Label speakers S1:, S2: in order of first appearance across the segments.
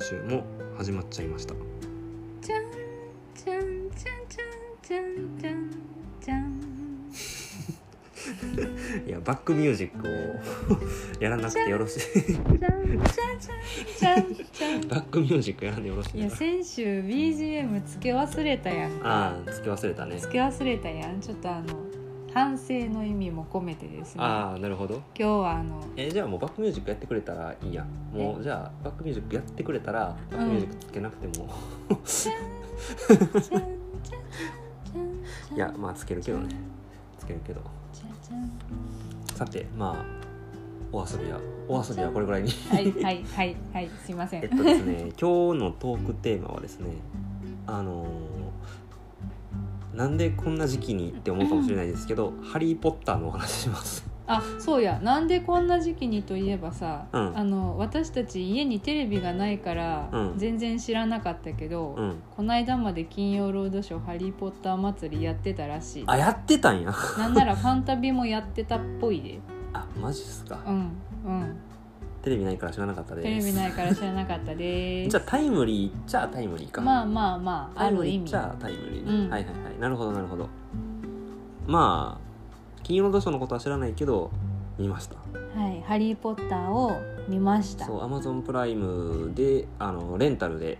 S1: 週も始まっちゃいました
S2: じゃんじゃんじゃんじゃんじゃんじゃん
S1: いやバックミュージックを やらなくてよろしい
S2: じゃんじゃんじゃんじゃんじ ゃ
S1: バックミュージックやらんでよろしい
S2: んいや先週 BGM つけ忘れたやん
S1: ああつけ忘れたね
S2: つけ忘れたやんちょっとあの反省の意味も込めてですね今
S1: ああなるほど
S2: 日はあの
S1: えじゃあもうバックミュージックやってくれたらいいやもうじゃあバックミュージックやってくれたらバックミュージックつけなくて も、
S2: じゃんじゃんじゃんじゃん
S1: いやまあつけるけどねつけるけど
S2: じゃんじゃん
S1: さてまあお遊びはお遊びはこれぐらいに
S2: はいはいはいはいすいませ
S1: えっ
S2: ん
S1: とですね 今日のトークテーマはですねあのーなんでこんな時期にって思うかもしれないですけど「ハリー・ポッター」のお話し ます
S2: あそうやなんでこんな時期にといえばさ、
S1: うん
S2: あの私たち家にテレビがないから
S1: うん
S2: 全然知らなかったけど、
S1: うん
S2: こないだまで金曜ロードショー「ハリー・ポッター祭り」やってたらしい
S1: あやってたんや
S2: なんならファンタビもやってたっぽいで
S1: あマジっすか、
S2: うんうん
S1: テレビないから知らなかったです
S2: テレビないから知らなかった
S1: じ
S2: で
S1: ゃ
S2: す
S1: あタイムリーっちゃタイムリーか
S2: まあまあまあある意味
S1: じゃあタイムリー、
S2: うん
S1: はいはいはいなるほどなるほどまあ金曜ロードショーのことは知らないけど見ました
S2: はい「ハリー・ポッター」を見ました
S1: そうアマゾンプライムであのレンタルで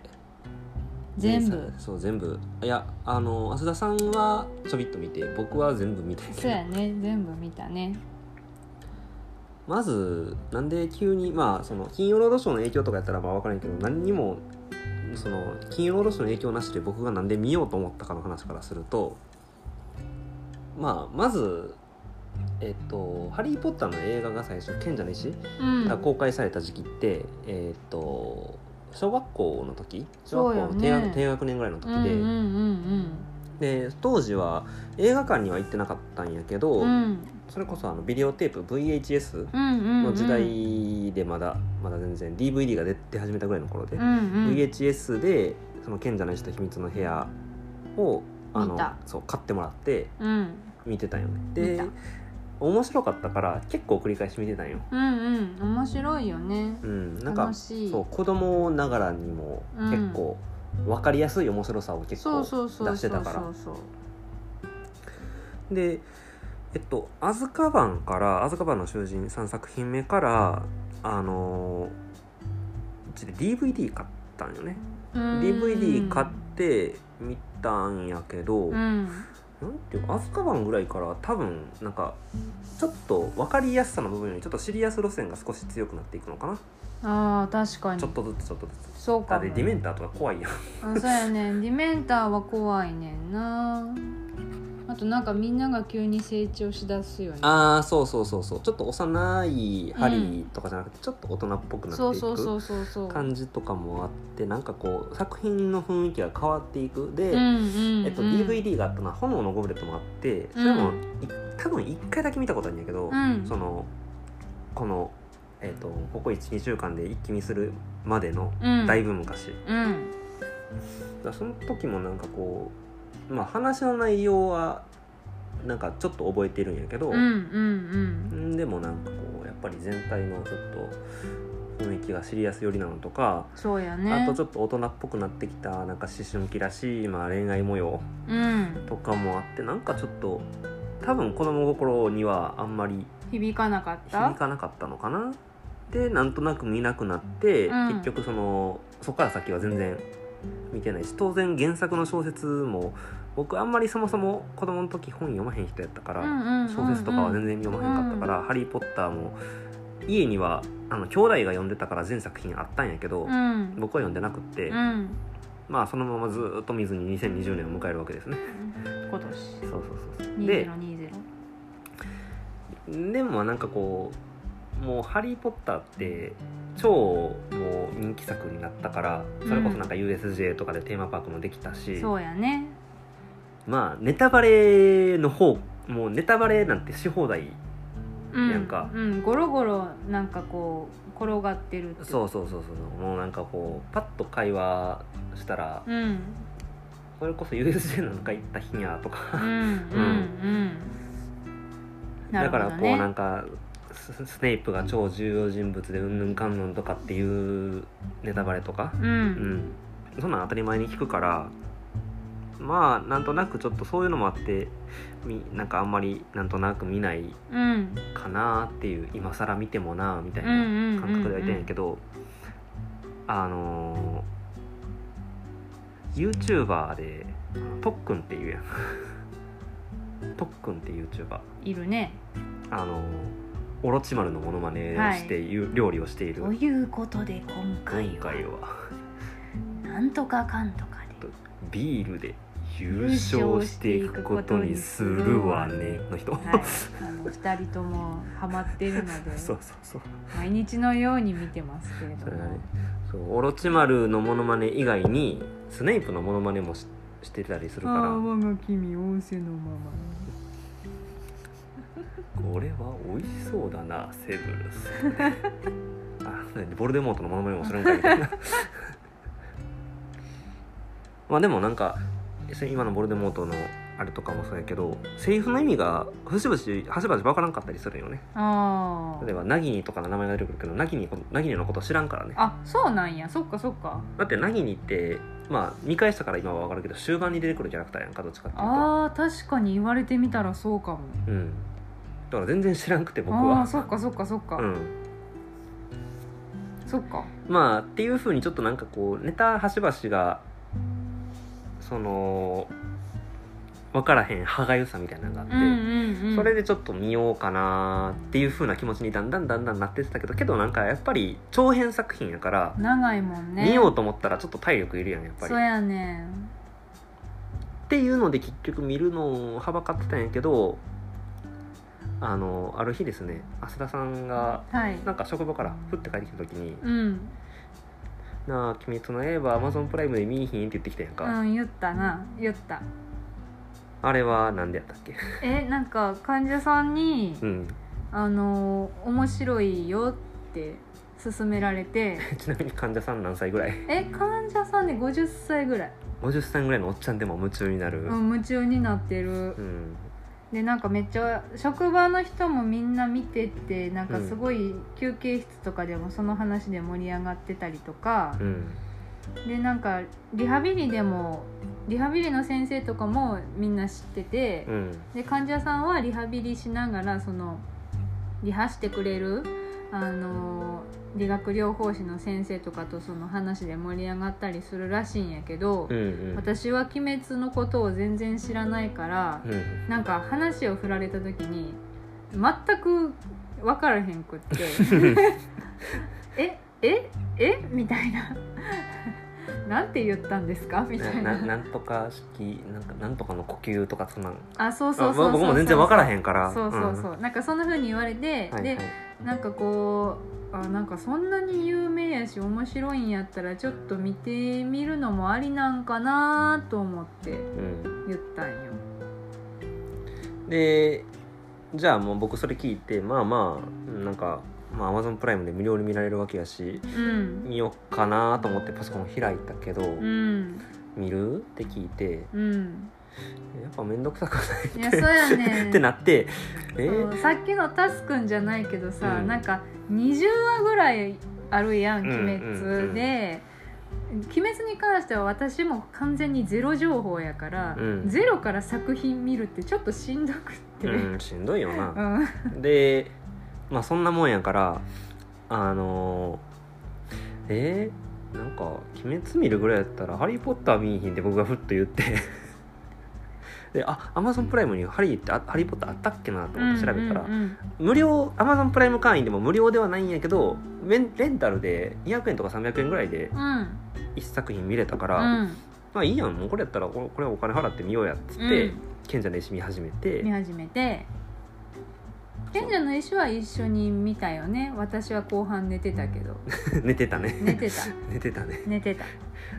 S2: 全
S1: 連
S2: 部
S1: 載そう全部いやあの浅田さんはちょびっと見て僕は全部見た
S2: そう
S1: け
S2: や
S1: ど
S2: ね全部見たね
S1: まずなんで急にまあその金曜ロードショーの影響とかやったらまあ分からんけど何にもその金曜ロードショーの影響なしで僕がなんで見ようと思ったかの話からするとまあまずえっと「ハリー・ポッター」の映画が最初「賢者の石」
S2: うん
S1: が公開された時期ってえっと小学校の時小学校の
S2: そうよ
S1: 低
S2: ね
S1: 学,、低学年ぐらいの時
S2: うんうん
S1: で、
S2: うん
S1: で当時は映画館には行ってなかったんやけど、
S2: うんうん
S1: それこそあのビデオテープ VHS
S2: うんうんうん
S1: の時代でまだまだ全然 DVD が出出始めたぐらいの頃で、
S2: うんうん、
S1: VHS で「その賢者の石と秘密の部屋を」あの
S2: 見た
S1: そう買ってもらって
S2: うん
S1: 見てたんよね。
S2: 見
S1: で
S2: た
S1: 面白かったから結構繰り返し見てたんよ。
S2: うんうん面白いよね
S1: うん、なんか
S2: 楽しい
S1: そう子供ながらにも結構分かりやすい面白さを結
S2: そ
S1: 構
S2: うそうそう
S1: 出して
S2: そ
S1: た
S2: う
S1: から
S2: そうそう
S1: でえっと「アズカバン」から「アズカバンの囚人」3作品目からあのーうちで DVD 買ったんよね、
S2: うん
S1: DVD 買って見たんやけど、
S2: う
S1: なん
S2: ん
S1: ていうか「アズカバン」ぐらいから多分なんかちょっと分かりやすさの部分よりちょっとシリアス路線が少し強くなっていくのかな、
S2: あー確かに
S1: ちょっとずつちょっとずつ
S2: そう
S1: だ
S2: か
S1: って
S2: も
S1: ディメンターとか怖いやん
S2: あそうやねんディメンターは怖いねんなあとなんかみんなが急に成長しだすよね
S1: ああそうそうそうそうちょっと幼いハリーとかじゃなくて、ちょっと大人っぽくなっていく
S2: そうそうそうそうそう
S1: 感じとかもあってなんかこう作品の雰囲気が変わっていくで、
S2: うんうんうん
S1: えっと、DVD があったのは「炎のゴブレット」もあってそれも、
S2: うん
S1: い多分1回だけ見たことあるんやけど、
S2: うん
S1: そのこの、えっと、ここ12週間で一気見するまでの
S2: うん
S1: だいぶ昔、だ
S2: うん
S1: からその時もなんかこう、まあ、話の内容はなんかちょっと覚えてるんやけど、
S2: うんうん
S1: んでもなんかこうやっぱり全体のちょっと雰囲気がシリアス寄りなのとか、
S2: そうやね
S1: あとちょっと大人っぽくなってきたなんか思春期らしい、まあ、恋愛模様
S2: うん
S1: とかもあってなんかちょっと多分子供心にはあんまり
S2: 響かなかった
S1: 響かなかったのかなでなんとなく見なくなって、
S2: うん
S1: 結局そのそこから先は全然見てないし当然原作の小説も僕あんまりそもそも子供の時本読まへん人やったから、
S2: うんうんうんうん
S1: 小説とかは全然読まへんかったから「
S2: うん
S1: ハリー・ポッター」も家にはあの兄弟が読んでたから全作品あったんやけど、
S2: うん
S1: 僕は読んでなくって、
S2: うん
S1: まあそのままずーっと見ずに2020年を迎えるわけですね。
S2: 今年
S1: そうそうそうそうで
S2: 2020
S1: でもなんかこうもう「ハリー・ポッター」って超もう人気作になったからそれこそなんか USJ とかでテーマパークもできたし、
S2: そうやね
S1: まあネタバレの方もうネタバレなんてし放題
S2: うん
S1: なんか
S2: うんゴロゴロなんかこう転がってるって
S1: そうそうそうそうもうなんかこうパッと会話したら、
S2: うん
S1: それこそ USJ なんか行った日にゃと
S2: うんう
S1: か、
S2: んうんな
S1: だ
S2: るほ
S1: か
S2: ど
S1: ら
S2: ね
S1: こうなんかススネイプが超重要人物でうんぬんかんぬんとかっていうネタバレとか、
S2: う
S1: うんん、そんなん当たり前に聞くからまあなんとなくちょっとそういうのもあってみなんかあんまりなんとなく見ない
S2: うん
S1: かなっていう今更見てもなみたいな
S2: うんうんうんうん
S1: 感覚ではいたんやけど、あのー、YouTuber であのとっくんっていうやん とっくんって YouTuber
S2: いるね
S1: あのーオロチマルのモノマネをして、ゆ料理をしている
S2: ということで今回
S1: 今回は
S2: なんとかかんとかで
S1: ビールで優勝していくことにするわねの人、
S2: はいあの2人ともハマっているの で
S1: そうそうそう
S2: 毎日のように見てますけれど
S1: それ
S2: も
S1: がねそうオロチマルのモノマネ以外にスネイプのモノマネもししてたりするから
S2: ああ我が君仰せのまま
S1: これは美味しそうだなセブルスあボルデモートのモノマネもするんかみたいな まあでもなんかそれ今のボルデモートのあれとかもそうやけどセリフの意味が節々はしばし分からんかったりするよね
S2: あ
S1: 例え
S2: ー
S1: ばナギニとかの名前が出てくるけどナギニナギニのこと知らんからね
S2: あそうなんやそっかそっか
S1: だってナギニってまあ見返したから今は分かるけど終盤に出てくるキャラクターやんかどっちかっていうと
S2: あー確かに言われてみたらそうかも
S1: うんだから全然知らんくて僕
S2: ああー
S1: は
S2: そっかそっかそっか、
S1: うん
S2: そっか
S1: まあっていうふうにちょっとなんかこうネタ端々がその分からへん歯がゆさみたいなのがあって、
S2: うんうんうん
S1: それでちょっと見ようかなっていうふうな気持ちにだんだんだんだんなってってたけどけどなんかやっぱり長編作品やから、
S2: 長いもんね
S1: 見ようと思ったらちょっと体力いるやんやっぱり。
S2: そうやね
S1: っていうので結局見るのをはばかってたんやけどあのある日ですね浅田さんが
S2: はい
S1: なんか職場からふって帰ってきた時に
S2: うん
S1: 「なあ鬼滅の刃 Amazon プライムで見いひん?」って言ってきたやんか。
S2: うん言ったな言った
S1: あれはなんでやったっけ
S2: えなんか患者さんに
S1: う、ん。
S2: あのー面白いよって勧められ て
S1: ちなみに患者さん何歳ぐらい
S2: え患者さんで50歳ぐらい、
S1: ?50 歳ぐらいのおっちゃんでも夢中になる。
S2: うん、夢中になってる
S1: うん。
S2: でなんかめっちゃ職場の人もみんな見ててなんかすごい休憩室とかでもその話で盛り上がってたりとか
S1: う、ん。
S2: でなんかリハビリでもリハビリの先生とかもみんな知ってて、
S1: うん。
S2: で患者さんはリハビリしながらそのリハしてくれるあの理学療法士の先生とかとその話で盛り上がったりするらしいんやけど、
S1: うん。うん。
S2: 私は「鬼滅」のことを全然知らないから、
S1: うん。
S2: なんか話を振られた時に全く分からへんくって えええみたいななんて言ったんですかみたい
S1: な
S2: な
S1: なんとか式なんかなんとかの呼吸とかそんなん
S2: あそうそう
S1: あ
S2: そうそうそう
S1: 僕も全然分からへんから
S2: そうそうそう、なんかそんな風に言われて、
S1: うんはいはい
S2: でなんかこうあなんかそんなに有名やし面白いんやったらちょっと見てみるのもありなんかなと思って
S1: うん、
S2: 言ったんよ
S1: でじゃあもう僕それ聞いてまあまあなんか、まあ、Amazon プライムで無料で見られるわけやし
S2: うん
S1: 見よっかなと思ってパソコン開いたけど、
S2: うん
S1: 見るって聞いて
S2: うん
S1: やっぱ面倒くさくない
S2: いやそうやね ん
S1: ってなってえ
S2: そうさっきのタスくんじゃないけどさ、
S1: うん
S2: なんか20話ぐらいあるやん「
S1: うん
S2: 鬼滅」で「鬼滅」に関しては私も完全にゼロ情報やから、
S1: うん
S2: ゼロから作品見るってちょっとしんどくって、
S1: うん、しんどいよ
S2: う
S1: な、
S2: ん
S1: でまあそんなもんやからあのーえー、なんか「鬼滅」見るぐらいやったら「ハリー・ポッター」見いひんって僕がふっと言って であアマゾンプライムにハリーってあ「ハリー・ポッター」あったっけなと思って調べたら、
S2: うんうん
S1: 無料アマゾンプライム会員でも無料ではないんやけどレンレンタルで200円とか300円ぐらいで
S2: うんうん
S1: 1作品見れたから、
S2: うん
S1: まあいいやんもうこれやったらここれはお金払ってみようやっつって、
S2: うん
S1: 賢者の石見始めて、
S2: 見始めて賢者の石は一緒に見たよね私は後半寝てたけど
S1: 寝てたね
S2: 寝てた
S1: 寝てたね
S2: 寝てた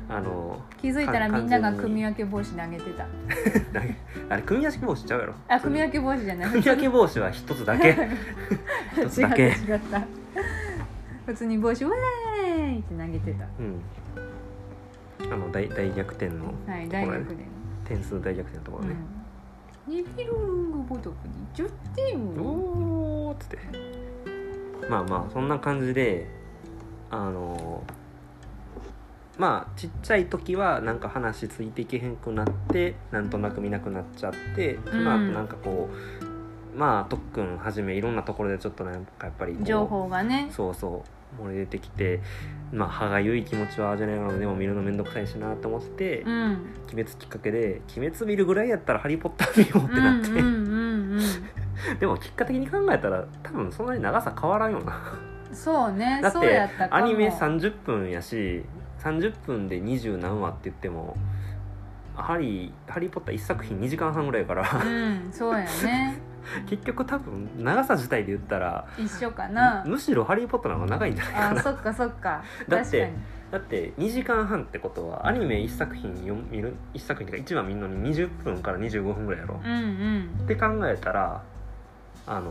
S1: あの
S2: 気づいたら
S1: か
S2: みんなが
S1: 完全に
S2: 組み分け帽子投げてた
S1: なあれ組み分け帽子ちゃうやろ
S2: あ組み分け帽子じゃない
S1: 組み分け帽子は一つだけ
S2: 違
S1: 一つだ
S2: った
S1: け
S2: 違った普通に帽子「ウェーイ!」って投げてた
S1: うんあの大大逆転の
S2: はい大学で、
S1: 点数大逆転のところね、
S2: うん、ニビルングごとくに10点
S1: おーっつってまあまあそんな感じであのまあちっちゃい時はなんか話ついていけへんくなってなんとなく見なくなっちゃってその後
S2: うん
S1: なんかこう、まあ特訓はじめいろんなところでちょっとなんかやっぱりこう
S2: 情報がね
S1: そうそう漏れ出てきてまあ歯がゆい気持ちは味わいながらでも見るのめんどくさいしなって思ってて、
S2: うん
S1: 鬼滅きっかけで「鬼滅見るぐらいやったらハリー・ポッター見よう」ってなって、
S2: うんうんうん
S1: でも結果的に考えたら多分そんなに長さ変わらんよな
S2: うんそうね
S1: だっ
S2: そう
S1: て
S2: やったか
S1: ア
S2: も
S1: ニメ30分やし30分で20何話って言っても「ハリー・ハリーポッター」1作品2時間半ぐらいやから
S2: うんそうやね
S1: 結局多分長さ自体で言ったら
S2: 一緒かな
S1: むしろ「ハリー・ポッター」の方が長いんじゃないか
S2: あ
S1: な
S2: そっかそっか
S1: だって
S2: 確かに
S1: だって2時間半ってことはアニメ1作品読み見る1作品っていうか1話見るのに20分から25分ぐらいやろ、
S2: う
S1: っ
S2: んうん
S1: て考えたらあの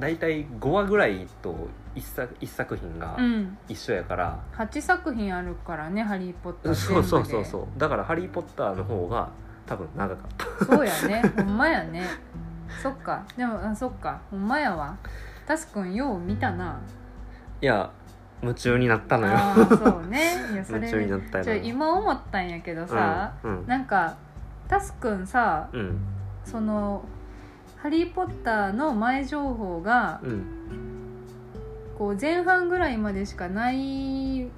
S1: 大体5話ぐらいと 1, 作1作品が
S2: うん
S1: 一緒やから、
S2: 8作品あるからね「ハリー・ポッター」
S1: そうそうそう
S2: う
S1: そうだから「ハリー・ポッター」の方が多分長かった
S2: そうやねほんまやねそっかでもあそっかほんまやわタスくんよう見たない
S1: や夢中になったのよ
S2: あーそうねいやそ
S1: 夢中にな
S2: れ
S1: った
S2: ちょ
S1: よ
S2: 今思ったんやけどさ、
S1: うんうん
S2: なんかタスくんさ
S1: うん
S2: その「ハリー・ポッター」の前情報が
S1: うん
S2: こう前半ぐらいまでしかない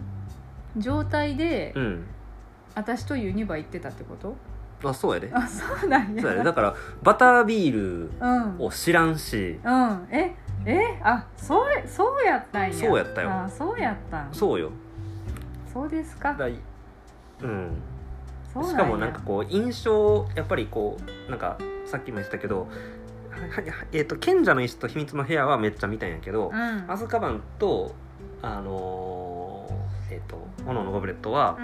S2: 状態で、
S1: うん
S2: 私とユニバ行ってたってこと
S1: あそうやで
S2: あそうなんや
S1: そうやでだからバタービール
S2: うん
S1: を知らんし
S2: うんええあそうやそうやったんや
S1: そうやったよ
S2: あそうやったん
S1: そうよ
S2: そうですか
S1: だいうん
S2: そうや
S1: しかもなんかこう印象やっぱりこうなんかさっきも言ったけどははえっ、と賢者の石と秘密の部屋はめっちゃ見たんやけど、
S2: うん
S1: アズカバンとあのーえっ、と炎のゴブレットは、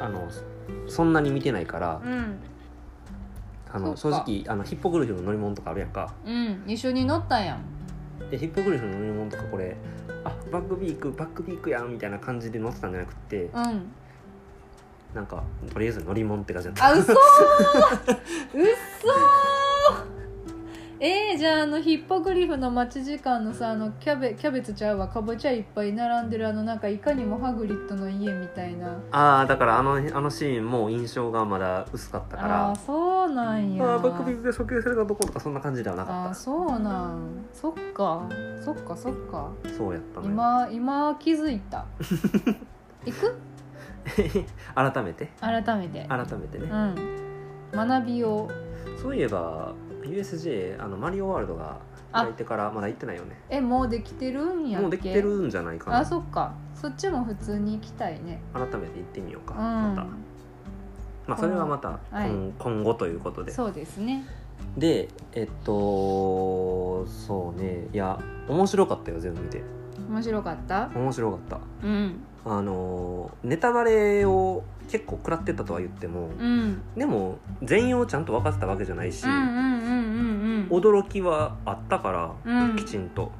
S1: あのそんなに見てないから、
S2: うんうん
S1: あの
S2: そ
S1: 正
S2: っか
S1: 直あのヒッポグリフの乗り物とかあるやんか
S2: うん一緒に乗ったやん
S1: でヒッポグリフの乗り物とかこれあバックビークバックビークやんみたいな感じで乗ってたんじゃなくって
S2: うん
S1: なんかとりあえず乗り物って感じだ った
S2: あ嘘嘘えー、じゃああのヒッポグリフの待ち時間のさあのキャベキャベツちゃうわかぼちゃいっぱい並んでるあのなんかいかにもハグリッドの家みたいな
S1: あーだからあのあのシーンも印象がまだ薄かったか
S2: あ
S1: ら
S2: あーそうなんや
S1: ああバックビックで処刑されたとことかそんな感じではな
S2: あ
S1: か
S2: ー
S1: っ
S2: そうなんそっかそっかそっか
S1: たそうやったのよ
S2: 今今気づいた行く
S1: 改めて
S2: 改めて
S1: 改めて
S2: う
S1: ね、
S2: ん学びを
S1: そういえば USJ あのマリオワールドが
S2: あ
S1: 開いてからまだ行ってないよね
S2: えもうできてるんやっけ
S1: もうできてるんじゃないか
S2: あ
S1: な
S2: そっかそっちも普通に行きたいね
S1: 改めて行ってみようか、
S2: う
S1: また
S2: ん
S1: まあそれはまた
S2: はい
S1: 今今後ということで、
S2: そうですね
S1: でえっとそうねいや面白かったよ全部見て
S2: 面白かった
S1: 面白かった
S2: うん
S1: あのネタバレを結構食らってたとは言っても、
S2: うんうん
S1: でも全容ちゃんと分かってたわけじゃないし、
S2: うんうんうんうん
S1: 驚きはあったから、
S2: うん
S1: きちんと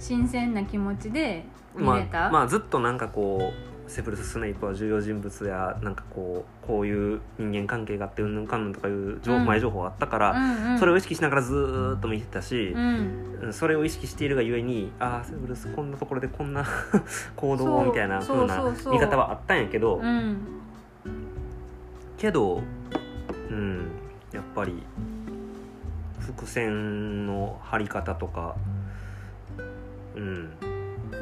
S2: 新鮮な気持ちで見
S1: ま
S2: れた、
S1: あ、まあずっとなんかこうセブルス・スネイプは重要人物やなんかこうこういう人間関係があってうんぬんかんぬんとかいう情報、
S2: うん
S1: 前情報があったから、
S2: うんうん、
S1: それを意識しながらずーっと見てたし
S2: う、ん
S1: それを意識しているがゆえにああセブルスこんなところでこんな 行動
S2: そ
S1: を
S2: う
S1: みたいな
S2: そう
S1: 風な
S2: そうそう
S1: 見方はあったんやけど、
S2: うん
S1: けどうんやっぱり伏線の張り方とかうん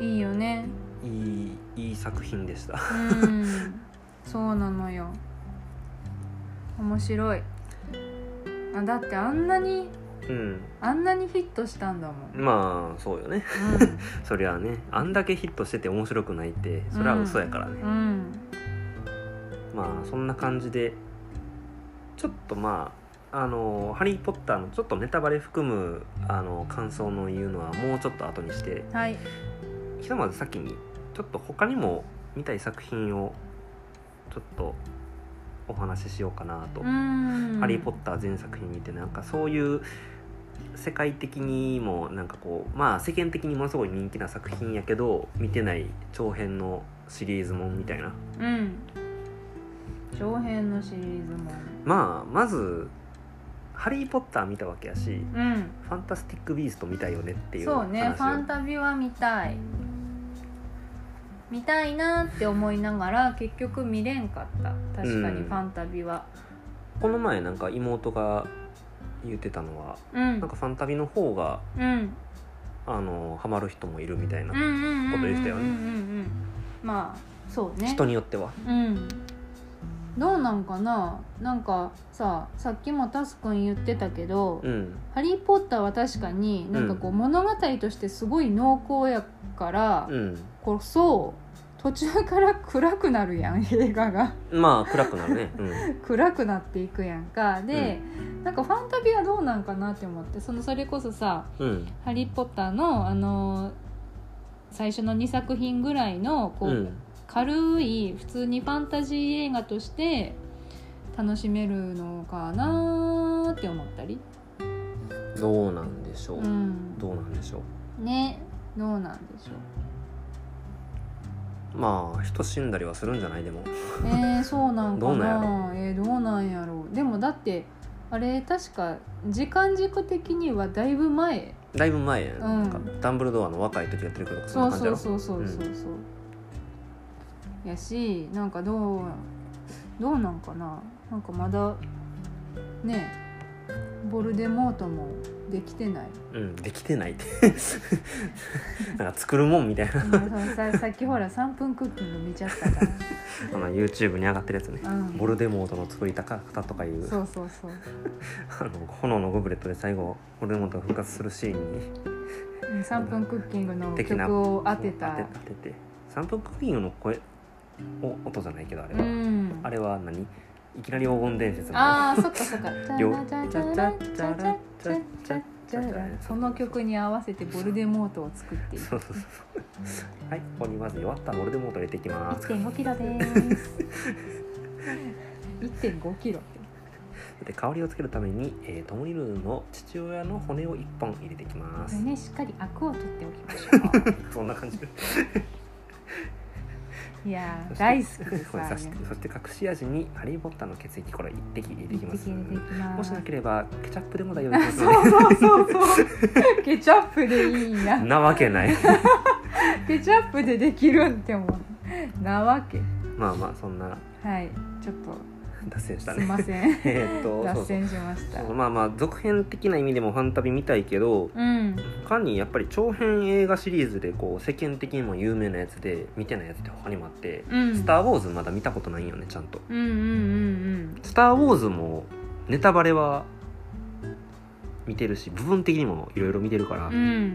S2: いいよね
S1: いいいい作品でした。
S2: うんそうなのよ面白いあだってあんなに
S1: うん
S2: あんなにヒットしたんだもん、うん、
S1: まあそうよね そりゃあねあんだけヒットしてて面白くないってそれは嘘やからね、
S2: うん
S1: まあそんな感じでちょっとまああの「ハリー・ポッター」のちょっとネタバレ含むあの感想の言うのはもうちょっと後にして
S2: はい
S1: ひとまず先にちょっと他にも見たい作品をちょっとお話ししようかなと「
S2: うん
S1: ハリー・ポッター」全作品見てなんかそういう世界的にもなんかこうまあ世間的にものすごい人気な作品やけど見てない長編のシリーズもんみたいな
S2: うん長編のシリーズも
S1: まあまず「ハリー・ポッター」見たわけやし「
S2: うん
S1: ファンタスティック・ビースト」見たいよねっていう
S2: そうねファンタビは見たい見たいなって思いながら結局見れんかった確か
S1: う
S2: に
S1: ん
S2: ファンタビは
S1: この前なんか妹が言ってたのは
S2: うん
S1: なんかファンタビの方が
S2: うん
S1: あのハマる人もいるみたいな、
S2: うんうん
S1: こ
S2: うん
S1: と
S2: う
S1: 言
S2: ん
S1: っ
S2: うん
S1: てた
S2: う
S1: よ
S2: ん
S1: ね
S2: うんまあそうね
S1: 人によっては
S2: うんどうなんかななんかささっきもタスくん言ってたけど「
S1: うん
S2: ハリー・ポッター」は確かになんかこう物語としてすごい濃厚やから
S1: うん
S2: こそ途中から暗くなるやん 映画が
S1: まあ暗くなるね、うん、
S2: 暗くなっていくやんかで、なんかファンタビはどうなんかなって思ってそのそれこそさ
S1: うん、
S2: 「ハリー・ポッターの」あのー最初の2作品ぐらいのこう、
S1: うん、
S2: 軽い普通にファンタジー映画として楽しめるのかなーって思ったり、
S1: どうなんでしょう、
S2: うん、
S1: どうなんでしょ
S2: ねどうなんでしょ
S1: うまあ人死んだりはするんじゃないでも
S2: うえー、そうなんか
S1: どうなん
S2: なえー、どうなんやろうでもだってあれ確か時間軸的にはだいぶ前
S1: だいぶ前やん,、
S2: ん
S1: なんかダンブルドアの若い時やってるけどそ
S2: そ
S1: んな
S2: う
S1: 感じや
S2: そ
S1: ろ
S2: うそうそうそうそう、やしなんかどうどうなんかななんかまだねボルデモートもできてない
S1: うんできてないって なんか作るもんみたい な
S2: お前さささっきほら3分クッキング見ちゃったか
S1: あの YouTube に上がってるやつね
S2: ら、うん、
S1: ボルデモートの作り方とかいう
S2: そうそうそう
S1: あの炎のゴブレットで最後ボルデモートが復活するシーンに
S2: うん3分クッキングの
S1: 的な
S2: 曲を当てた
S1: 当て当てて三分クッキングの声お音じゃないけどあれ
S2: う
S1: は、
S2: ん
S1: あれは何いきなり黄金伝説の
S2: あーそっかそっか「
S1: 両
S2: チャチャチャチャチャチャチャチャ」その曲に合わせてボルデモートを作っていく
S1: そうそうそうそう。はい、ここにまず弱ったボルデモート入れていきます。
S2: 1.5キロでーす1.5キロって
S1: で、香りをつけるために、えー、トムリルの父親の骨を一本入れていきま
S2: こ
S1: す
S2: れ。ねしっかりアクを取っておきまし ょ
S1: そんな感じで。
S2: ういやー大好き
S1: そ
S2: で
S1: し
S2: す
S1: て
S2: あ
S1: そ
S2: れ
S1: してそして隠し味にハリー・ポッターの血液これ一滴入れていきます。
S2: 入れていきます
S1: もしなければケチャップでも大丈夫です
S2: そう
S1: の
S2: そうそうそう。ケチャップでいいんや
S1: で。。なわけない。
S2: ケチャップでできるんってもうなわけ。
S1: まあまあそんな
S2: はい、ちょっ
S1: 脱線した
S2: とすい
S1: ね。。
S2: ません
S1: えーっとそう
S2: 脱
S1: そう
S2: 線しました。
S1: まあまあ続編的な意味でもファンタビ見たいけど、
S2: うん、
S1: 他にやっぱり長編映画シリーズでこう世間的にも有名なやつで見てないやつって他にもあって「
S2: うん、
S1: スター・ウォーズ」まだ見たことないんよねちゃんと
S2: うんうんうん
S1: 「スター・ウォーズ」もネタバレは見てるし部分的にもいろいろ見てるから、
S2: うん。うん、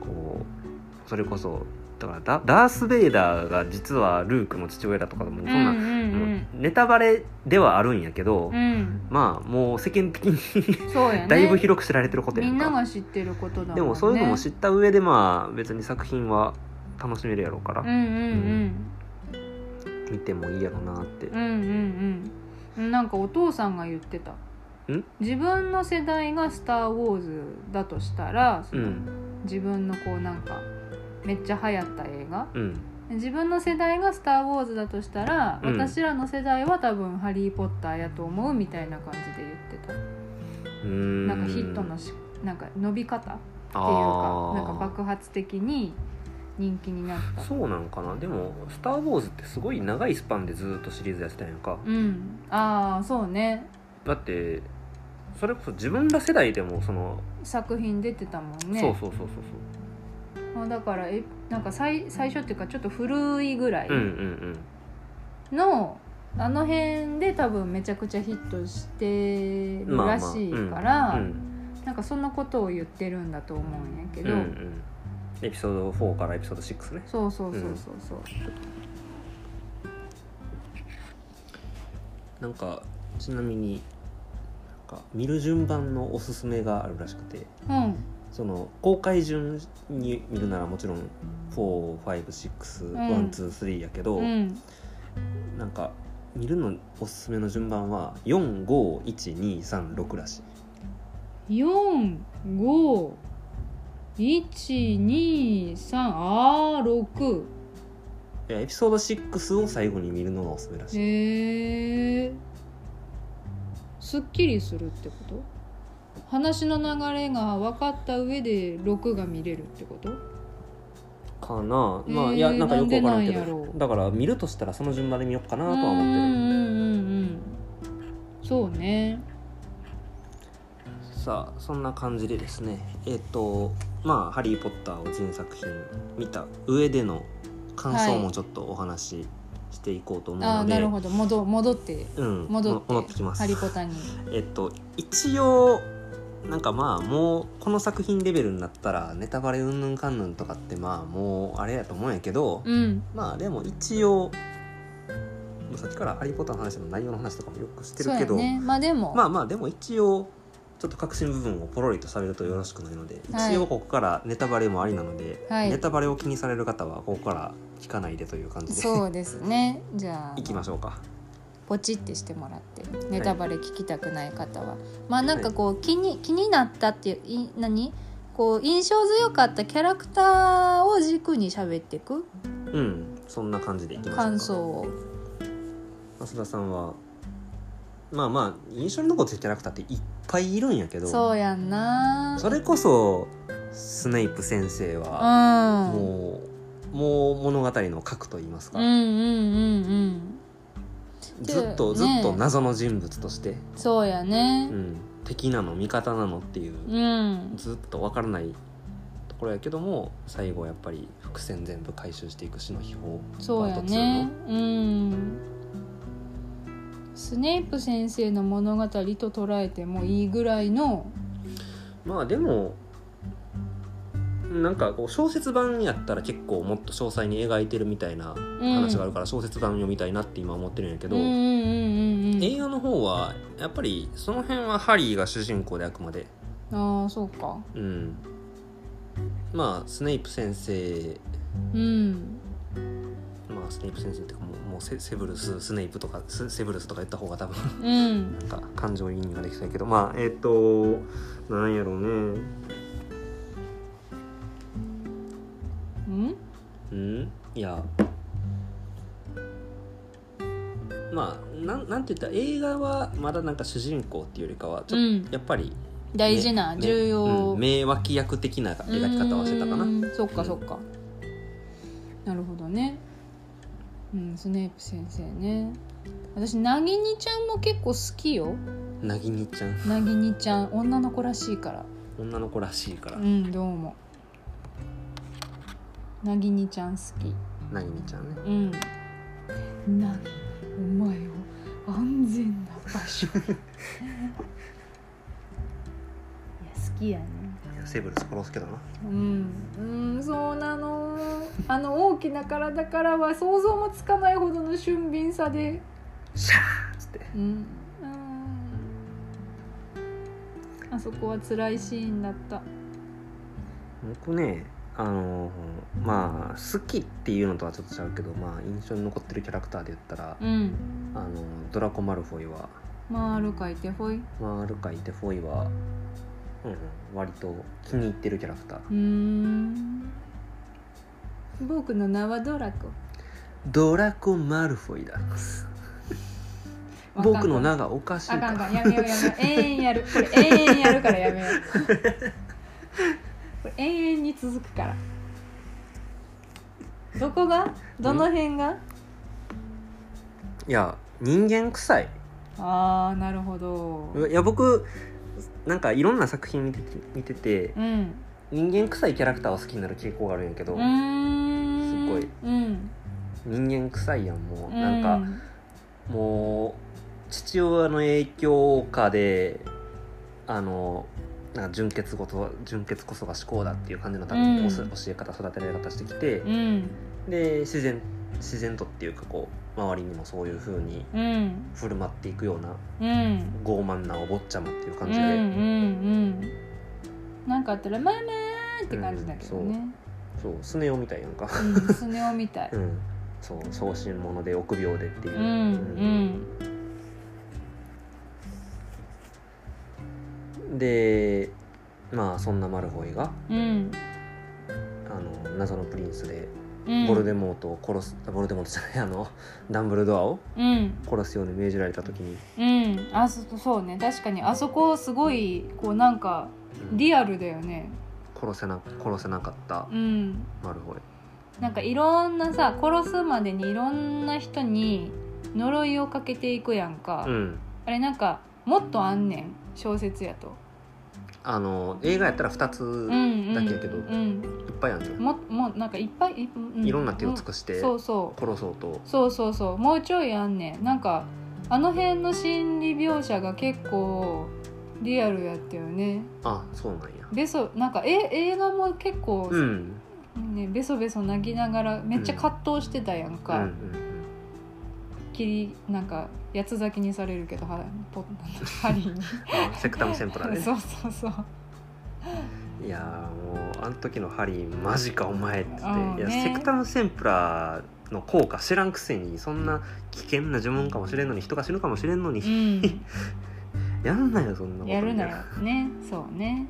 S1: こうそれこそだからダダース・ベイダーが実はルークの父親だとかもうそんな、
S2: うんうんうん
S1: もうネタバレではあるんやけど、
S2: うん、
S1: まあもう世間的に
S2: そうやね。
S1: だいぶ広く知られてることや
S2: み
S1: ん
S2: ん
S1: か
S2: なが知ってることだもんね。
S1: でもそういうのも知った上でまあ別に作品は楽しめるやろうから、
S2: うんうん
S1: 見てもいいやろなって
S2: うん、うんうんうん。なんかお父さんが言ってた。
S1: ん
S2: 自分の世代が「スター・ウォーズ」だとしたら、そうの
S1: ん
S2: 自分のこうなんかめっちゃ流行った映画
S1: うん
S2: 自分の世代が「スター・ウォーズ」だとしたら、
S1: うん
S2: 私らの世代は多分「ハリー・ポッター」やと思うみたいな感じで言ってた、
S1: うーん
S2: なんかヒットのしなんか伸び方っていう
S1: あ
S2: か
S1: ー
S2: なんか爆発的に人気になった
S1: そうなんかなでも「スター・ウォーズ」ってすごい長いスパンでずっとシリーズやってたんやんか
S2: うんああそうね
S1: だってそれこそ自分ら世代でもその、
S2: 作品出てたもんね
S1: そうそうそうそう
S2: まあだからえなんか最最初っていうかちょっと古いぐらい
S1: そううんうん
S2: のあの辺で多分めちゃくちゃヒットして
S1: うん
S2: る
S1: まあまあ
S2: らしいか
S1: う
S2: ら
S1: ん
S2: なんかそんなことを言ってるんだと思うんやけ
S1: うんう
S2: ど、
S1: んうんエピソード4からエピソード6ね
S2: そうそうそうそうそう
S1: なんかちなみになんか見る順番のおすすめがあるらしくて
S2: うん
S1: その公開順に見るならもちろん
S2: うん
S1: 4561233やけど、
S2: うん
S1: なんか見るのおすすめの順番は451236らしい
S2: 四五一二三あー六
S1: いやエピソード6を最後に見るのがおすすめらしい
S2: へえすっきりするってこと話の流れが分かった上で録が見れるってこと
S1: かな、まあ
S2: えー
S1: いやなんかよくわからんけ
S2: なんでなんや
S1: ど
S2: ろう
S1: だから見るとしたらその順番で見ようかなとは
S2: うんう
S1: 思って
S2: んうんうんそうね
S1: るさあそんな感じでですねえっ、とまあ「ハリー・ポッター」を全作品見た上での感想もちょっとお話ししていこうと思う
S2: ああ
S1: ので、
S2: なるほど戻戻って
S1: うん
S2: 戻って
S1: 戻ってきます
S2: ハリポタに
S1: えっと一応なんかまあもうこの作品レベルになったらネタバレうんぬんかんぬんとかってまあもうあれやと思うんやけど、
S2: うん
S1: まあでも一応もうさっきから「ハリー・ポッター」の話の内容の話とかもよくしてるけど、
S2: そうやねまあでも、
S1: まあまあでも一応ちょっと核心部分をポロリとされるとよろしくないので、
S2: はい
S1: 一応ここからネタバレもありなので、
S2: はい
S1: ネタバレを気にされる方はここから聞かないでという感じで
S2: そうですねじゃ あ
S1: いきましょうか。
S2: ポチってしてもらってネタバレ聞きたくない方は、まあなんかこう気に気になったっていうい何こう印象強かったキャラクターを軸に喋っていく
S1: うんそんな感じでいきましょうか。
S2: 感想を
S1: 増田さんはまあまあ印象に残ってるキャラクターっていっぱいいるんやけど
S2: そうやんな
S1: それこそスネイプ先生
S2: う
S1: は
S2: んうん
S1: もう、もう物語の核といいますか、
S2: うんうんうん
S1: ずっと
S2: ね
S1: ずっと謎の人物として、
S2: そうやね
S1: うん、敵なの味方なのっていう、
S2: うん
S1: ずっとわからないところやけども最後やっぱり伏線全部回収していく死の秘宝
S2: そうやねうんスネイプ先生の物語と捉えてもいいぐらいの
S1: まあでもなんかこう小説版やったら結構もっと詳細に描いてるみたいな話があるから小説版読みたいなって今思ってるんやけど、
S2: うんうんうんうんうん
S1: 映画の方はやっぱりその辺はハリーが主人公であくまで、
S2: ああそうか
S1: うん、まあスネイプ先生
S2: うん
S1: まあスネイプ先生っていうかもうもうセセブルススネイプとかスセブルスとか言った方が多分
S2: うん
S1: なんか感情移入ができそうやけどまあえっ、となんやろうね
S2: うん
S1: うんいやまあなんなんて言ったら映画はまだなんか主人公っていうよりかはちょっと、
S2: うん
S1: やっぱり、ね
S2: 大事な、重要、
S1: うん名脇役的な描き方はしてたかな
S2: うんそっか
S1: うん
S2: そっか、なるほどねうんスネープ先生ね私なぎにちゃんも結構好きよ
S1: なぎにちゃん
S2: なぎにちゃん女の子らしいから
S1: 女の子らしいから、
S2: うんどうもなぎにちゃん好き
S1: なぎにちゃんね
S2: うんなぎお前を安全な場 所にいや好きやね
S1: いやセブルス殺すけどな
S2: うん、うん、そうなのあの大きな体からは想像もつかないほどの俊敏さで
S1: シャーっつって
S2: うん、うん、あそこは辛いシーンだった
S1: 僕ねあのーまあ好きっていうのとはちょっと違うけどまあ印象に残ってるキャラクターで言ったら、
S2: うん
S1: あのドラコ・マルフォイは
S2: まあるかいてほい
S1: まあ、アルカイテフォイは、うんうん、割と気に入ってるキャラクター
S2: うーん僕の名はドラコ
S1: ドラコ・マルフォイだ僕の名がおかしい
S2: あ
S1: か
S2: か
S1: ら
S2: んあかんやめようやめよう永遠やるこれ永遠やるからやめよ うこれ永遠に続くからどこがどの辺が
S1: いや人間臭い
S2: ああなるほど
S1: いや僕なんかいろんな作品見てて見てて
S2: うん
S1: 人間臭いキャラクターを好きになる傾向があるんやけど、
S2: うーん
S1: すごい
S2: うん
S1: 人間臭いやんもう、
S2: う
S1: なんかもう父親の影響下であのなんか純血こそ純血こそが至高だっていう感じの多分、
S2: うん
S1: 教え方育てられ方してきて、
S2: うん
S1: で自然自然とっていうかこう周りにもそういう風に
S2: うん
S1: 振る舞っていくような
S2: うん
S1: 傲慢なお坊ちゃまっていう感じ
S2: うんう
S1: で、
S2: んうんなんかあったら「ママ!」って感じだけどね、
S1: そうスネ夫みたいやん か
S2: うん、スネ夫みたい
S1: うんそう小心者で臆病でっていう、
S2: うんうん
S1: うんでまあそんなマルフォイが
S2: うん
S1: あの謎のプリンスで
S2: うん
S1: ボルデモートを殺すボルデモートじゃない あのダンブルドアを
S2: うん
S1: 殺すように命じられた時に、
S2: うんあそそうね確かにあそこすごいこうなんか
S1: うん
S2: リアルだよね
S1: 殺せな殺せなかった
S2: うん
S1: マルフォイ
S2: なんかいろんなさ殺すまでにいろんな人に呪いをかけていくやんか、
S1: うん
S2: あれなんかもっとあんねん小説やと、
S1: あの映画やったら2つ
S2: うんうん、
S1: だけやけど
S2: うん、
S1: いっぱいあるじゃん、
S2: ももうなんかいっぱいい,、うん、
S1: いろんな手を尽くして
S2: そう
S1: 殺
S2: そう
S1: そうと
S2: そうそうそうもうちょいあんねんなんかあの辺の心理描写が結構リアルやったよね
S1: あそうなんや
S2: ベソなんかえ映画も結構、
S1: うん
S2: ね、ベソベソ泣きながらめっちゃ葛藤してたや
S1: う
S2: ん
S1: んう
S2: か、
S1: ん
S2: 切りなんか八つ咲きにされるけどはポ ッ針に
S1: うんあセクタムセントラ ね
S2: そうそうそう
S1: いやーもうあの時のハリーマジかお前って言って、
S2: うん
S1: いや
S2: ね
S1: セクタムセンプラーの効果知らんくせにそんな危険な呪文かもしれんのに人が死ぬかもしれんのに、
S2: う
S1: やんなよそんなこ
S2: ん
S1: と
S2: やるな
S1: みたい
S2: よねそうね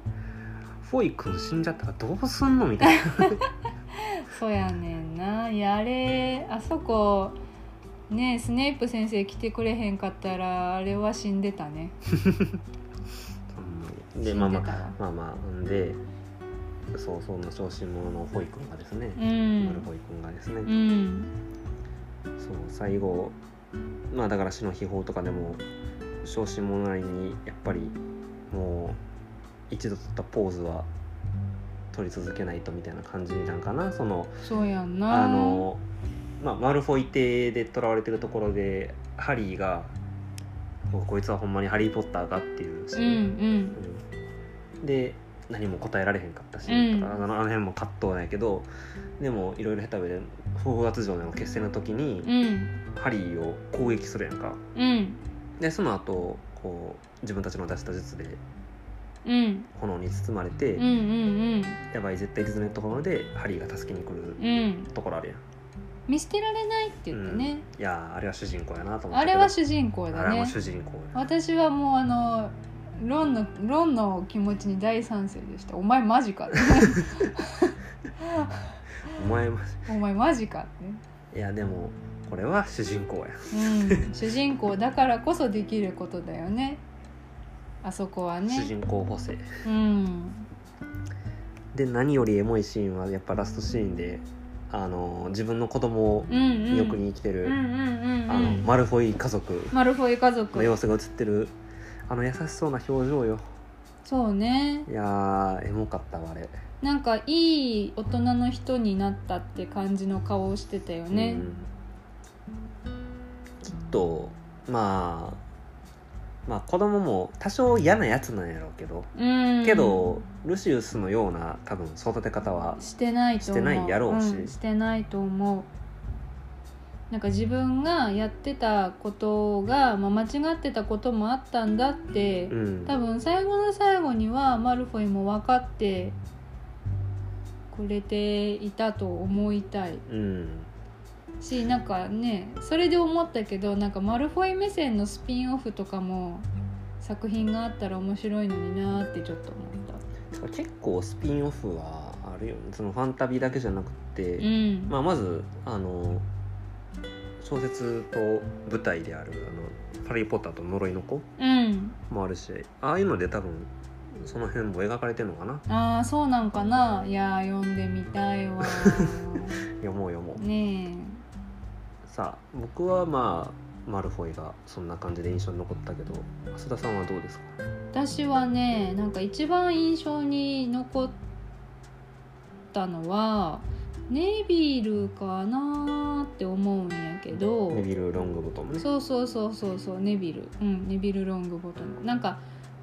S1: フォイ君死んじゃったからどうすんのみたいな
S2: そうやねんないやあれあそこねスネイプ先生来てくれへんかったらあれは死んでたね
S1: うん で
S2: 死ん
S1: まあま
S2: で
S1: あ
S2: たわ
S1: まあまあんでそうそんな小心者のフォイ君がですね、
S2: う
S1: マル
S2: ん
S1: フォイ君がですね、
S2: うん
S1: そう最後まあだから死の秘宝とかでも小心者なりにやっぱりもう一度取ったポーズは取り続けないとみたいな感じなんかなその
S2: そうやんな
S1: あのまあマルフォイ邸で囚われてるところでハリーが「おこいつはほんまにハリー・ポッターか?」っていうシ
S2: うんう
S1: ーン
S2: ん
S1: うんで何も答えられへんかったし、
S2: うん
S1: とかあのあの辺も葛藤なんやけどでもいろいろ下手で法月城の決戦の時に、
S2: うん
S1: ハリーを攻撃するやんか
S2: うん
S1: でその後こう自分たちの出した術で
S2: うん
S1: 炎に包まれて、
S2: うんうん
S1: やばい絶対絶命のところでハリーが助けに来
S2: うんう
S1: る
S2: ん
S1: ところあるやん、
S2: 見捨てられないって言ってね、
S1: いやーあれは主人公やなと思っ
S2: あ
S1: たけ
S2: れ
S1: ど
S2: は主人公
S1: あ
S2: だ
S1: れは
S2: ね
S1: 主人公や
S2: 私はもうあのロンのロンの気持ちに大賛成でした「お前マジ か」って
S1: お前も
S2: 「お前マジか」ってね
S1: いやでもこれは主人公や
S2: うん、主人公だからこそできることだよねあそこは
S1: 主
S2: ね
S1: 人公補正
S2: うん
S1: で何よりエモいシーンはやっぱラストシーンであのー自分の子供を
S2: うんうん
S1: よくに生きて
S2: う
S1: る、
S2: んうんうん
S1: あ
S2: う
S1: の
S2: ん
S1: マルフォイ家族
S2: マルフォイ家
S1: の
S2: 族
S1: 様子が映ってるあの優しそうな表情よ
S2: そうね
S1: いやーエモかったわあれ
S2: なんかいい大人の人になったって感じの顔をしてたよ
S1: う
S2: ね
S1: んきっとまあまあ子供も多少嫌なやつなんやろうけど、
S2: うん、
S1: けどルシウスのような多分育て方は
S2: してない
S1: し
S2: と思う
S1: てないやろうし
S2: んしてないと思うなんか自分がやってたことが、まあ、間違ってたこともあったんだって、
S1: うん
S2: 多分最後の最後にはマルフォイも分かってくれていたと思いたい
S1: うん
S2: しなんかねそれで思ったけどなんかマルフォイ目線のスピンオフとかも作品があったら面白いのになーってちょっと思った。
S1: 結構スピンオフはあるよねそのファンタビーだけじゃなくて、
S2: うん、
S1: まあ、まずあの小説と舞台である「あのハリー・ポッターと呪いの子
S2: うん」
S1: もあるしああいうので多分その辺も描かれてるのかな
S2: ああそうなんかないやー読んでみたいわ
S1: 読もう読もう
S2: ね
S1: さあ僕はまあマルフォイがそんな感じで印象に残ったけど浅田さんはどうですか
S2: え私はねなんか一番印象に残ったのはネビルかなーって思うんやけど
S1: ネビル・ロングボトムね
S2: そうそうそうそうそうネビルうんネビル・ロングボトムなんか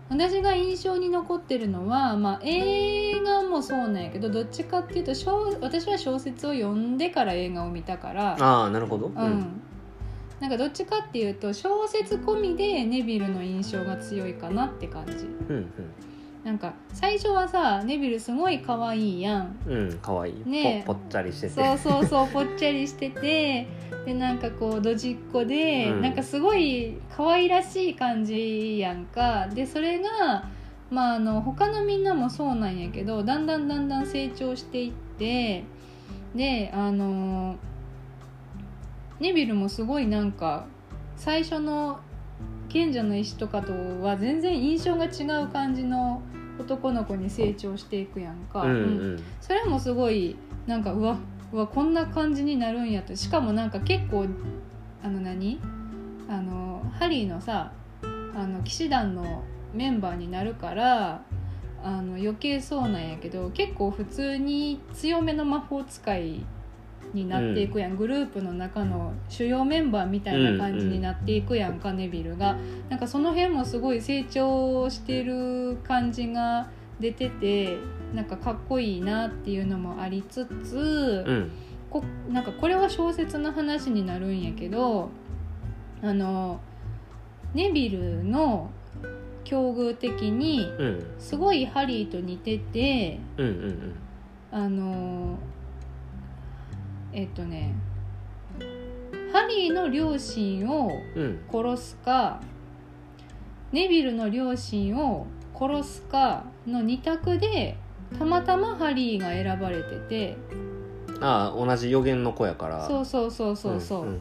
S2: 私が印象に残ってるのは、まあ、映画もそうなんやけどどっちかっていうと小私は小説を読んでから映画を見たから
S1: ああなるほど、う
S2: うん、なんかどっちかっていうと小説込みでネビルの印象が強いかなって感じ
S1: うん
S2: なんか最初はさネビルすごい可愛いやん
S1: うんうんかわいい、
S2: ねえ
S1: ぽぽっちゃりしてて
S2: そうそうそうぽっちゃりしててでなんかこうドジっ子で、
S1: うん
S2: なんかすごい可愛らしい感じやんかでそれがまああの他のみんなもそうなんやけどだんだんだんだん成長していってであのネビルもすごいなんか最初の賢者の石とかとは全然印象が違う感じの男の子に成長していくやんか、
S1: うん
S2: うんそれもすごいなんかうわうわこんな感じになるんやとしかもなんか結構あの何あのハリーのさあの騎士団のメンバーになるからあの余計そうなんやけど結構普通に強めの魔法使いになっていくやん、グループの中の主要メンバーみたいな感じになっていくやんか、ネビルがなんかその辺もすごい成長してる感じが出ててなんかかっこいいなっていうのもありつつ、
S1: うんうん
S2: こなんかこれは小説の話になるんやけどあのネビルの境遇的に
S1: うん
S2: すごいハリーと似てて
S1: うんうん
S2: あのえっとねハリーの両親を
S1: うんうん
S2: 殺すかネビルの両親を殺すかの2択でたまたまハリーが選ばれてて
S1: ああ同じ予言の子やから
S2: そうそうそうそうそう。
S1: んん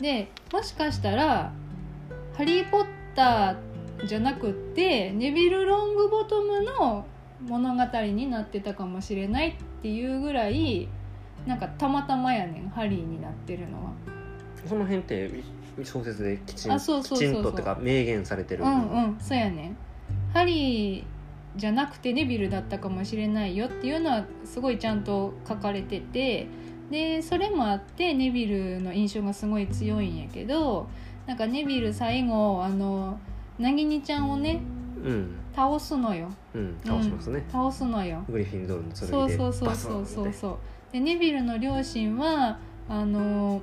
S2: でもしかしたら「ハリー・ポッター」じゃなくってネビル・ロングボトムの物語になってたかもしれないっていうぐらいなんかたまたまやねんハリーになってるのは。
S1: その辺って小説できちん
S2: あそうそう
S1: き
S2: そう
S1: ちん
S2: そ
S1: と
S2: う
S1: ってか明言されてる
S2: うんうんそうやねんハリーじゃなくてネビルだったかもしれないよっていうのはすごいちゃんと書かれててでそれもあってネビルの印象がすごい強いんやけどなんかネビル最後あのナギニちゃんをね
S1: うん
S2: 倒すのよ
S1: うん倒しますね、
S2: 倒すのよ
S1: グリフィンドールの
S2: そ
S1: 剣
S2: う
S1: で
S2: そうそう
S1: バス
S2: そ
S1: ン
S2: う
S1: って
S2: そうそうでネビルの両親はあの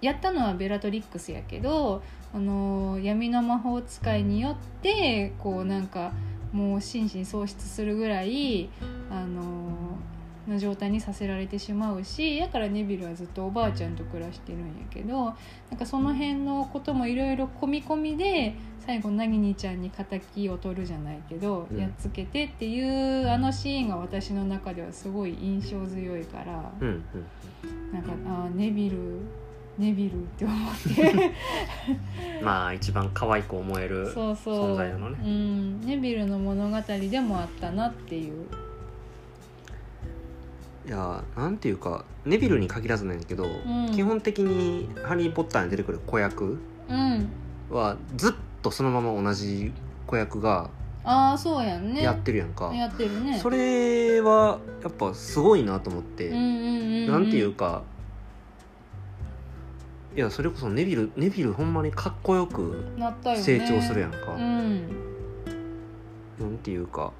S2: やったのはベラトリックスやけどあの闇の魔法使いによってこうなんかもう心身喪失するぐらいあのの状態にさせられてしまうしやからネビルはずっとおばあちゃんと暮らしてるんやけどなんかその辺のこともいろいろ込み込みで最後なぎにちゃんに敵を取るじゃないけど、
S1: うん
S2: やっつけてっていうあのシーンが私の中ではすごい印象強いから、
S1: うんうん
S2: なんかあーネビルネビルって思って
S1: まあ一番可愛く思える
S2: そうそう
S1: 存在なのね
S2: うん、ネビルの物語でもあったなっていう。
S1: いやなんていうかネビルに限らずなんやけど、
S2: ん
S1: 基本的に「ハリー・ポッター」に出てくる子役
S2: うん、
S1: はずっとそのまま同じ子役が
S2: ああそうやんね
S1: やってるやんか、
S2: やってるね。
S1: それはやっぱすごいなと思って、
S2: うんうんうんうん、
S1: なんていうかいやそれこそネビルネビルほんまにかっこよく
S2: なったよ、ね、
S1: 成長するやん
S2: う
S1: か、
S2: ん
S1: なんていうか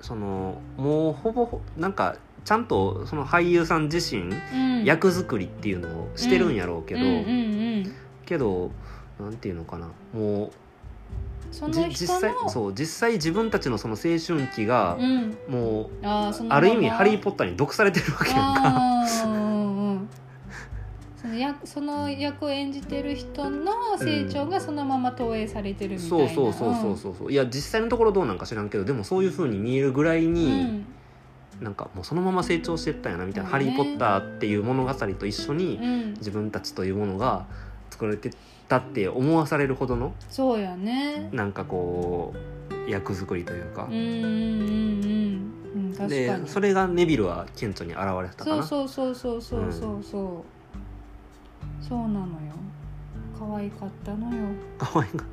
S1: そのもうほぼほなんかちゃんとその俳優さん自身
S2: うん、
S1: 役作りっていうのをしてるんやろうけど、
S2: うんうんうん、
S1: けどなんていうのかなも
S2: そうの人
S1: じ
S2: の
S1: 実際そう実際自分たちのその青春期が
S2: うん、
S1: もう
S2: あーその
S1: ある意味「ハリー・
S2: ッ
S1: ポッター」に毒されてるわけやんか。
S2: あーうんうんうんその役その役を演じてる人の成長がそのまま投影されてるみたいな、
S1: そうそうそうそうそうそういや実際のところどうなんか知らんけどでもそういうふうに見えるぐらい
S2: うん、
S1: に、なんかもうそのまま成長してったんやなみたいな「
S2: そ
S1: ハ
S2: うね
S1: リー・ポッター」っていう物語と一緒に
S2: うんうん
S1: 自分たちというものが作られてったって思わされるほどの
S2: そうやね
S1: なんかこう役作りというか
S2: うんう、んうんうんうん確か
S1: で
S2: に
S1: それがネビルは顕著に現れてたか
S2: そう
S1: な。
S2: そうそうそうそうそうそう、そうなのよ可愛かったのよ
S1: 可愛いが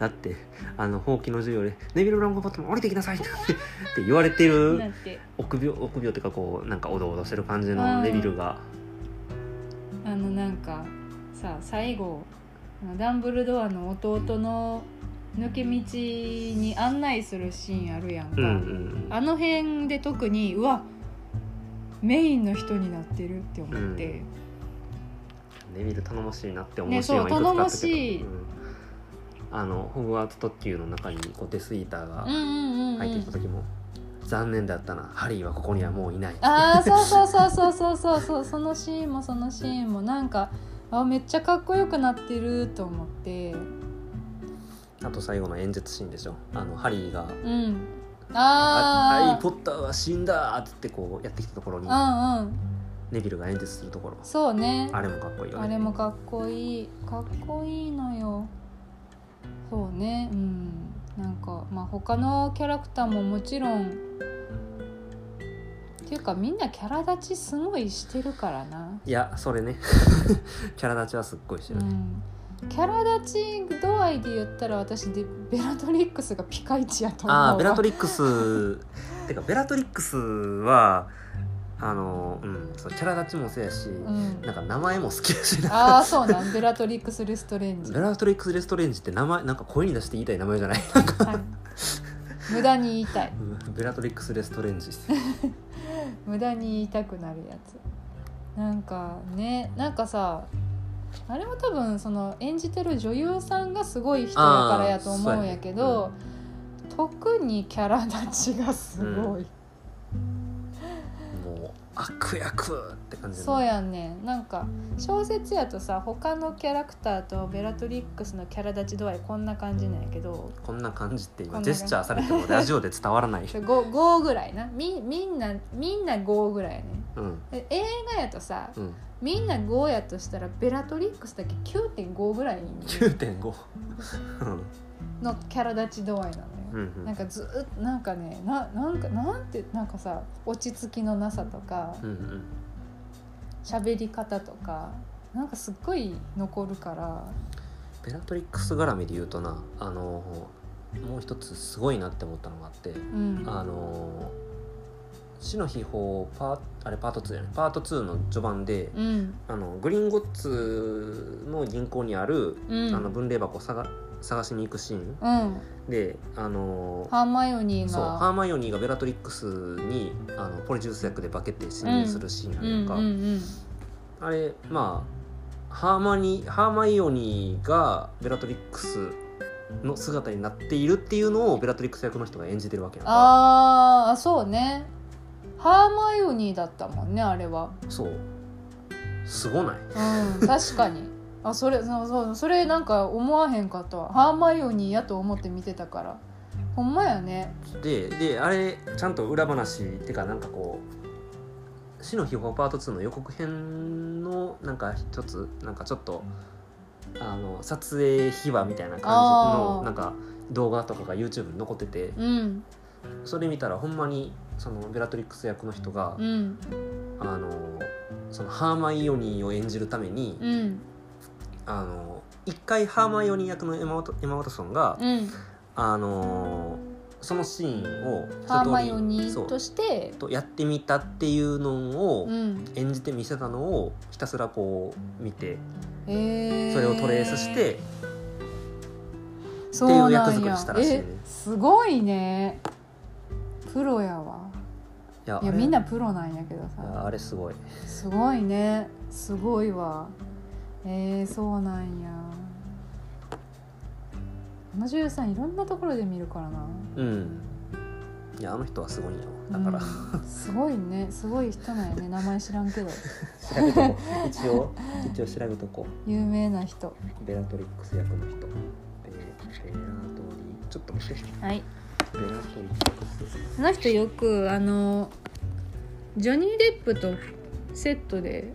S1: だってあのほうきの授業で「ネビル・ロングボトム降りてきなさい」ってって言われてる
S2: だって
S1: 臆病臆病っていうかこうなんかおどおどしてる感じ
S2: う
S1: の
S2: ん
S1: ネビルが
S2: あのなんかさ最後あのダンブルドアの弟の抜け道に案内するシーンあるやんか、
S1: うんうん
S2: あの辺で特にうわメインの人になってるって思って、
S1: ネビル頼もしいなって思
S2: ね
S1: うシーンはいくつかあったけど、
S2: そう頼もしい
S1: うんあのホグワーツ特急の中にこうデスイーターが
S2: うんうんうんう
S1: 入ってき
S2: ん
S1: た時も、残念だったなハリーはここにはもういない
S2: ああそうそうそうそうそうそうそうそのシーンもそのシーンもなんかあめっちゃかっこよくなってると思って
S1: あと最後の演説シーンでしょあのハリーが
S2: うん
S1: あ
S2: あ
S1: はいポッターは死んだ!」って言ってこうやってきたところに
S2: あうんうん
S1: ネビルが演説するところ
S2: そうね
S1: あれもかっこいいよね
S2: あれもかっこいいかっこいいのよそうねうんなんかまあ他のキャラクターももちろんっていうかみんなキャラ立ちすごいしてるからない
S1: やそれね キャラ立ちはすっごいして
S2: う
S1: る、
S2: んキャラ立ち度合いで言ったら私でベラトリックスがピカイチやと思うわ
S1: ああベラトリックスてかベラトリックスはあのうんそうキャラ立ちもそうやし、
S2: うん
S1: なんか名前も好きやしな
S2: ああそうなんベラトリックス・レストレンジ、
S1: ベ
S2: はい、
S1: ラトリックス・レストレンジって名前なんか声に出して言いたい名前じゃない
S2: 無駄に言いたい
S1: うんベラトリックス・レストレンジ
S2: 無駄に言いたくなるやつなんかねなんかさあれも多分その演じてる女優さんがすごい人やからやと思うんやけど特にキャラ立ちがすごい、
S1: もう悪役って感じの
S2: そうやんねなんか小説やとさ他のキャラクターとベラトリックスのキャラ立ち度合いこんな感じなんやけど
S1: こんな感じって
S2: こ
S1: 今
S2: んな
S1: ジェ
S2: 感じ
S1: スチャーされてもラジオで伝わら ない、
S2: 5, 5ぐらいなみみんなみんな5ぐらいやね
S1: うん
S2: で映画やとさ
S1: うん、
S2: みんな5やとしたらベラトリックスだけ9.5ぐらいに
S1: 9.5
S2: のキャラ立ち度合いなのよ、
S1: うんうん
S2: なんかずーっとなんかねななんかなんてなんかさ落ち着きのなさとか
S1: うんうん
S2: 喋り方とかなんかすっごい残るから
S1: ベラトリックス絡みで言うとなあのもう一つすごいなって思ったのがあって
S2: うん
S1: あの死の秘宝パーあれパート2やねパート2の序盤で、
S2: うん
S1: あのグリンゴッツの銀行にある、
S2: うん
S1: あの分霊箱を探探しに行くシーン
S2: うん
S1: であの
S2: ハーマイオニー
S1: そう
S2: が
S1: ハーマイオニーがベラトリックスにあのポリジュース役で化けて侵入するシーンあ
S2: う
S1: るやん
S2: ん
S1: か、
S2: うんうん
S1: あれまあハーマニハーマイオニーがベラトリックスの姿になっているっていうのをベラトリックス役の人が演じてるわけやんか
S2: あーあそうねハーマイオニーだったもんねあれは
S1: そうすごない
S2: うん確かにあそれそうそうそれなんか思わへんかったわハーマイオニーやと思って見てたからほんまやね
S1: でであれちゃんと裏話ってかなんかこう「死の秘宝パート2」の予告編のなんか一つなんかちょっとあの撮影秘話みたいな感じ
S2: あ
S1: の
S2: ー
S1: なんか動画とかが YouTube に残ってて
S2: うん
S1: それ見たらほんまにそのベラトリックス役の人が、
S2: うん
S1: あのそのハーマイオニーを演じるために、
S2: うん
S1: あの一回ハーマイオニー役のエマ・ワトエマワトソンが、
S2: うん
S1: あのそのシーンを一通り
S2: ハーマイオニ
S1: そう
S2: ーとして
S1: とやってみたっていうのを
S2: うん
S1: 演じて見せたのをひたすらこう見て
S2: えー
S1: それをトレースして
S2: そうなんや
S1: っていう役作りしたらしいね
S2: えすごいねプロやわ
S1: いや
S2: い
S1: あ
S2: や
S1: れ
S2: みんなプロなんやけど
S1: い
S2: さ
S1: やあれすごい
S2: すごいねすごいわえー、そうなんやあの女優さんいろんなところで見るからな
S1: うんいやあの人はすごいんやわだから、
S2: うんすごいねすごい人なんやね名前知らんけ ど
S1: 調べとこう一応一応調べとこ
S2: 有名な人
S1: うベラトリックス役の人ベベラトリちょっと待って
S2: はい
S1: ベラトリックス
S2: あの人よくあのジョニー・デップとセットで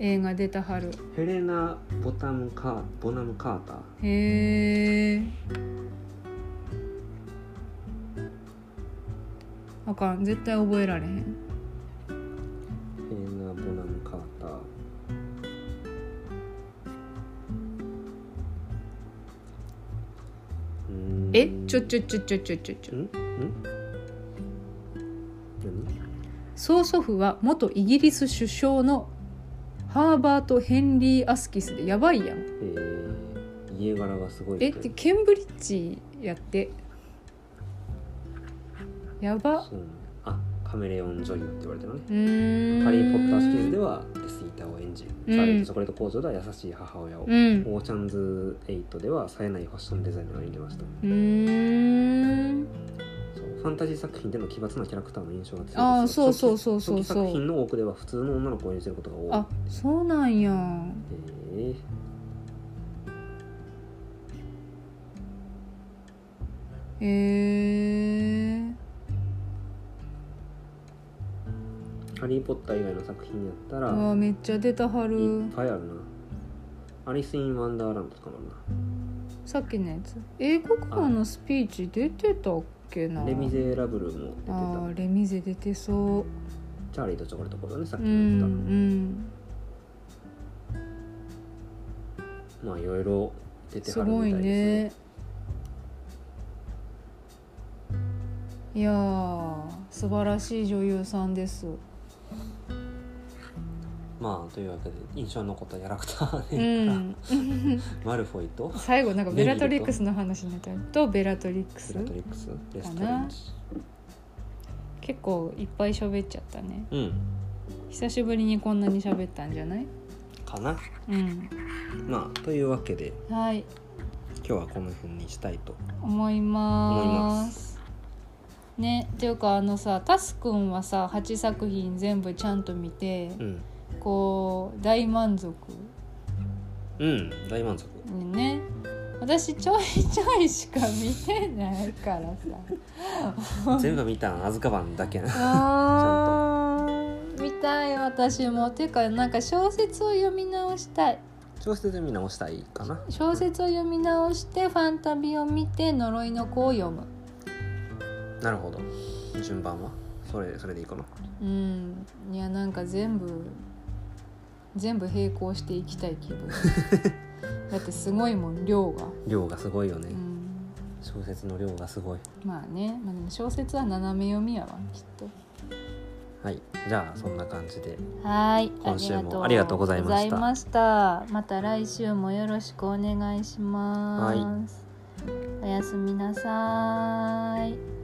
S2: 映画出たはる
S1: ヘレナ・ボタムカボナム・カーター
S2: へえあかん絶対覚えられへん
S1: ヘレナ・ボナム・カーターうーん
S2: えちょちょちょちょちょちょちょ
S1: んん何
S2: 曽祖父は元イギリス首相のハーバート・ヘンリー・アスキスでやばいやん
S1: えー、家柄がすごい
S2: えっ
S1: 人
S2: てケンブリッジやってやば
S1: そうなんあカメレオン女優って言われてるのね
S2: うーん
S1: ハリー・ポッターシリーズではレス・イーターを演じ、
S2: うん
S1: チャーリーとチョコレート工場では優しい母親を、
S2: うんう
S1: オーシャンズ8では冴えないファッションデザイナーを演じました
S2: ーん
S1: そうファンタジー作品での奇抜なキャラクターの印象が強いです
S2: ああそうそうそうそう
S1: 初期
S2: そ
S1: 作品
S2: う
S1: の多くでは普通の女の子を演じてることが多い
S2: あそうなんや
S1: え
S2: へえ
S1: ハリー・ポッター以外の作品やった
S2: う
S1: ら
S2: わめっちゃ出たはいる
S1: っぱいあるなアリス・イン・ワンダーランドとかもあ
S2: さっきのやつ英国語のスピーチ出てたっけ
S1: る
S2: な
S1: なレ・ミゼラブルも出てた
S2: あーレミゼ出てそ
S1: チャーリーとチョコレートコーだねさっ
S2: う
S1: き
S2: う
S1: 言
S2: ん
S1: っ
S2: う
S1: た、
S2: ん
S1: まあいろいろ出て
S2: す
S1: はる
S2: ご
S1: み
S2: い
S1: たいですね
S2: ねいやー素晴らしい女優さんです
S1: まあというわけで印象に残ったキャラクター
S2: う
S1: ね、
S2: ん
S1: マルフォイと
S2: 最後なんかベラトリックスの話になったとベラトリック
S1: セ
S2: ス
S1: ラトリックスレスト
S2: か
S1: レ
S2: な
S1: ンジ
S2: 結構いっぱい喋っちゃったね
S1: うん
S2: 久しぶりにこんなに喋ったんじゃない
S1: かな
S2: うん
S1: まあというわけで
S2: はい
S1: 今日はこの辺にしたいと
S2: 思
S1: 思い
S2: いま
S1: ますす
S2: ねっていうかあのさタスくんはさ8作品全部ちゃんと見て、
S1: うん
S2: こう大満足
S1: うん大 満足
S2: ね私ちょいちょいしか見てないからさ
S1: 全部見たんアズカバンだけな
S2: あー見たい私もていうかなんか小説を読み直したい
S1: 調子で見直したいかな
S2: 小説を読み直してファンタビを見て呪いの子を読む
S1: なるほど順番はそれそれでいいかな
S2: うんいやなんか全部全部並行していきたい気 分だってすごいもん量が、
S1: 量がすごいよね、
S2: うん、
S1: 小説の量がすごい
S2: まあね、まあ、でも小説は斜め読みやわきっと
S1: はいじゃあそんな感じで
S2: はい
S1: 今週もありがとうございました
S2: ありがとうございましたまた来週もよろしくお願いします、おやすみなさい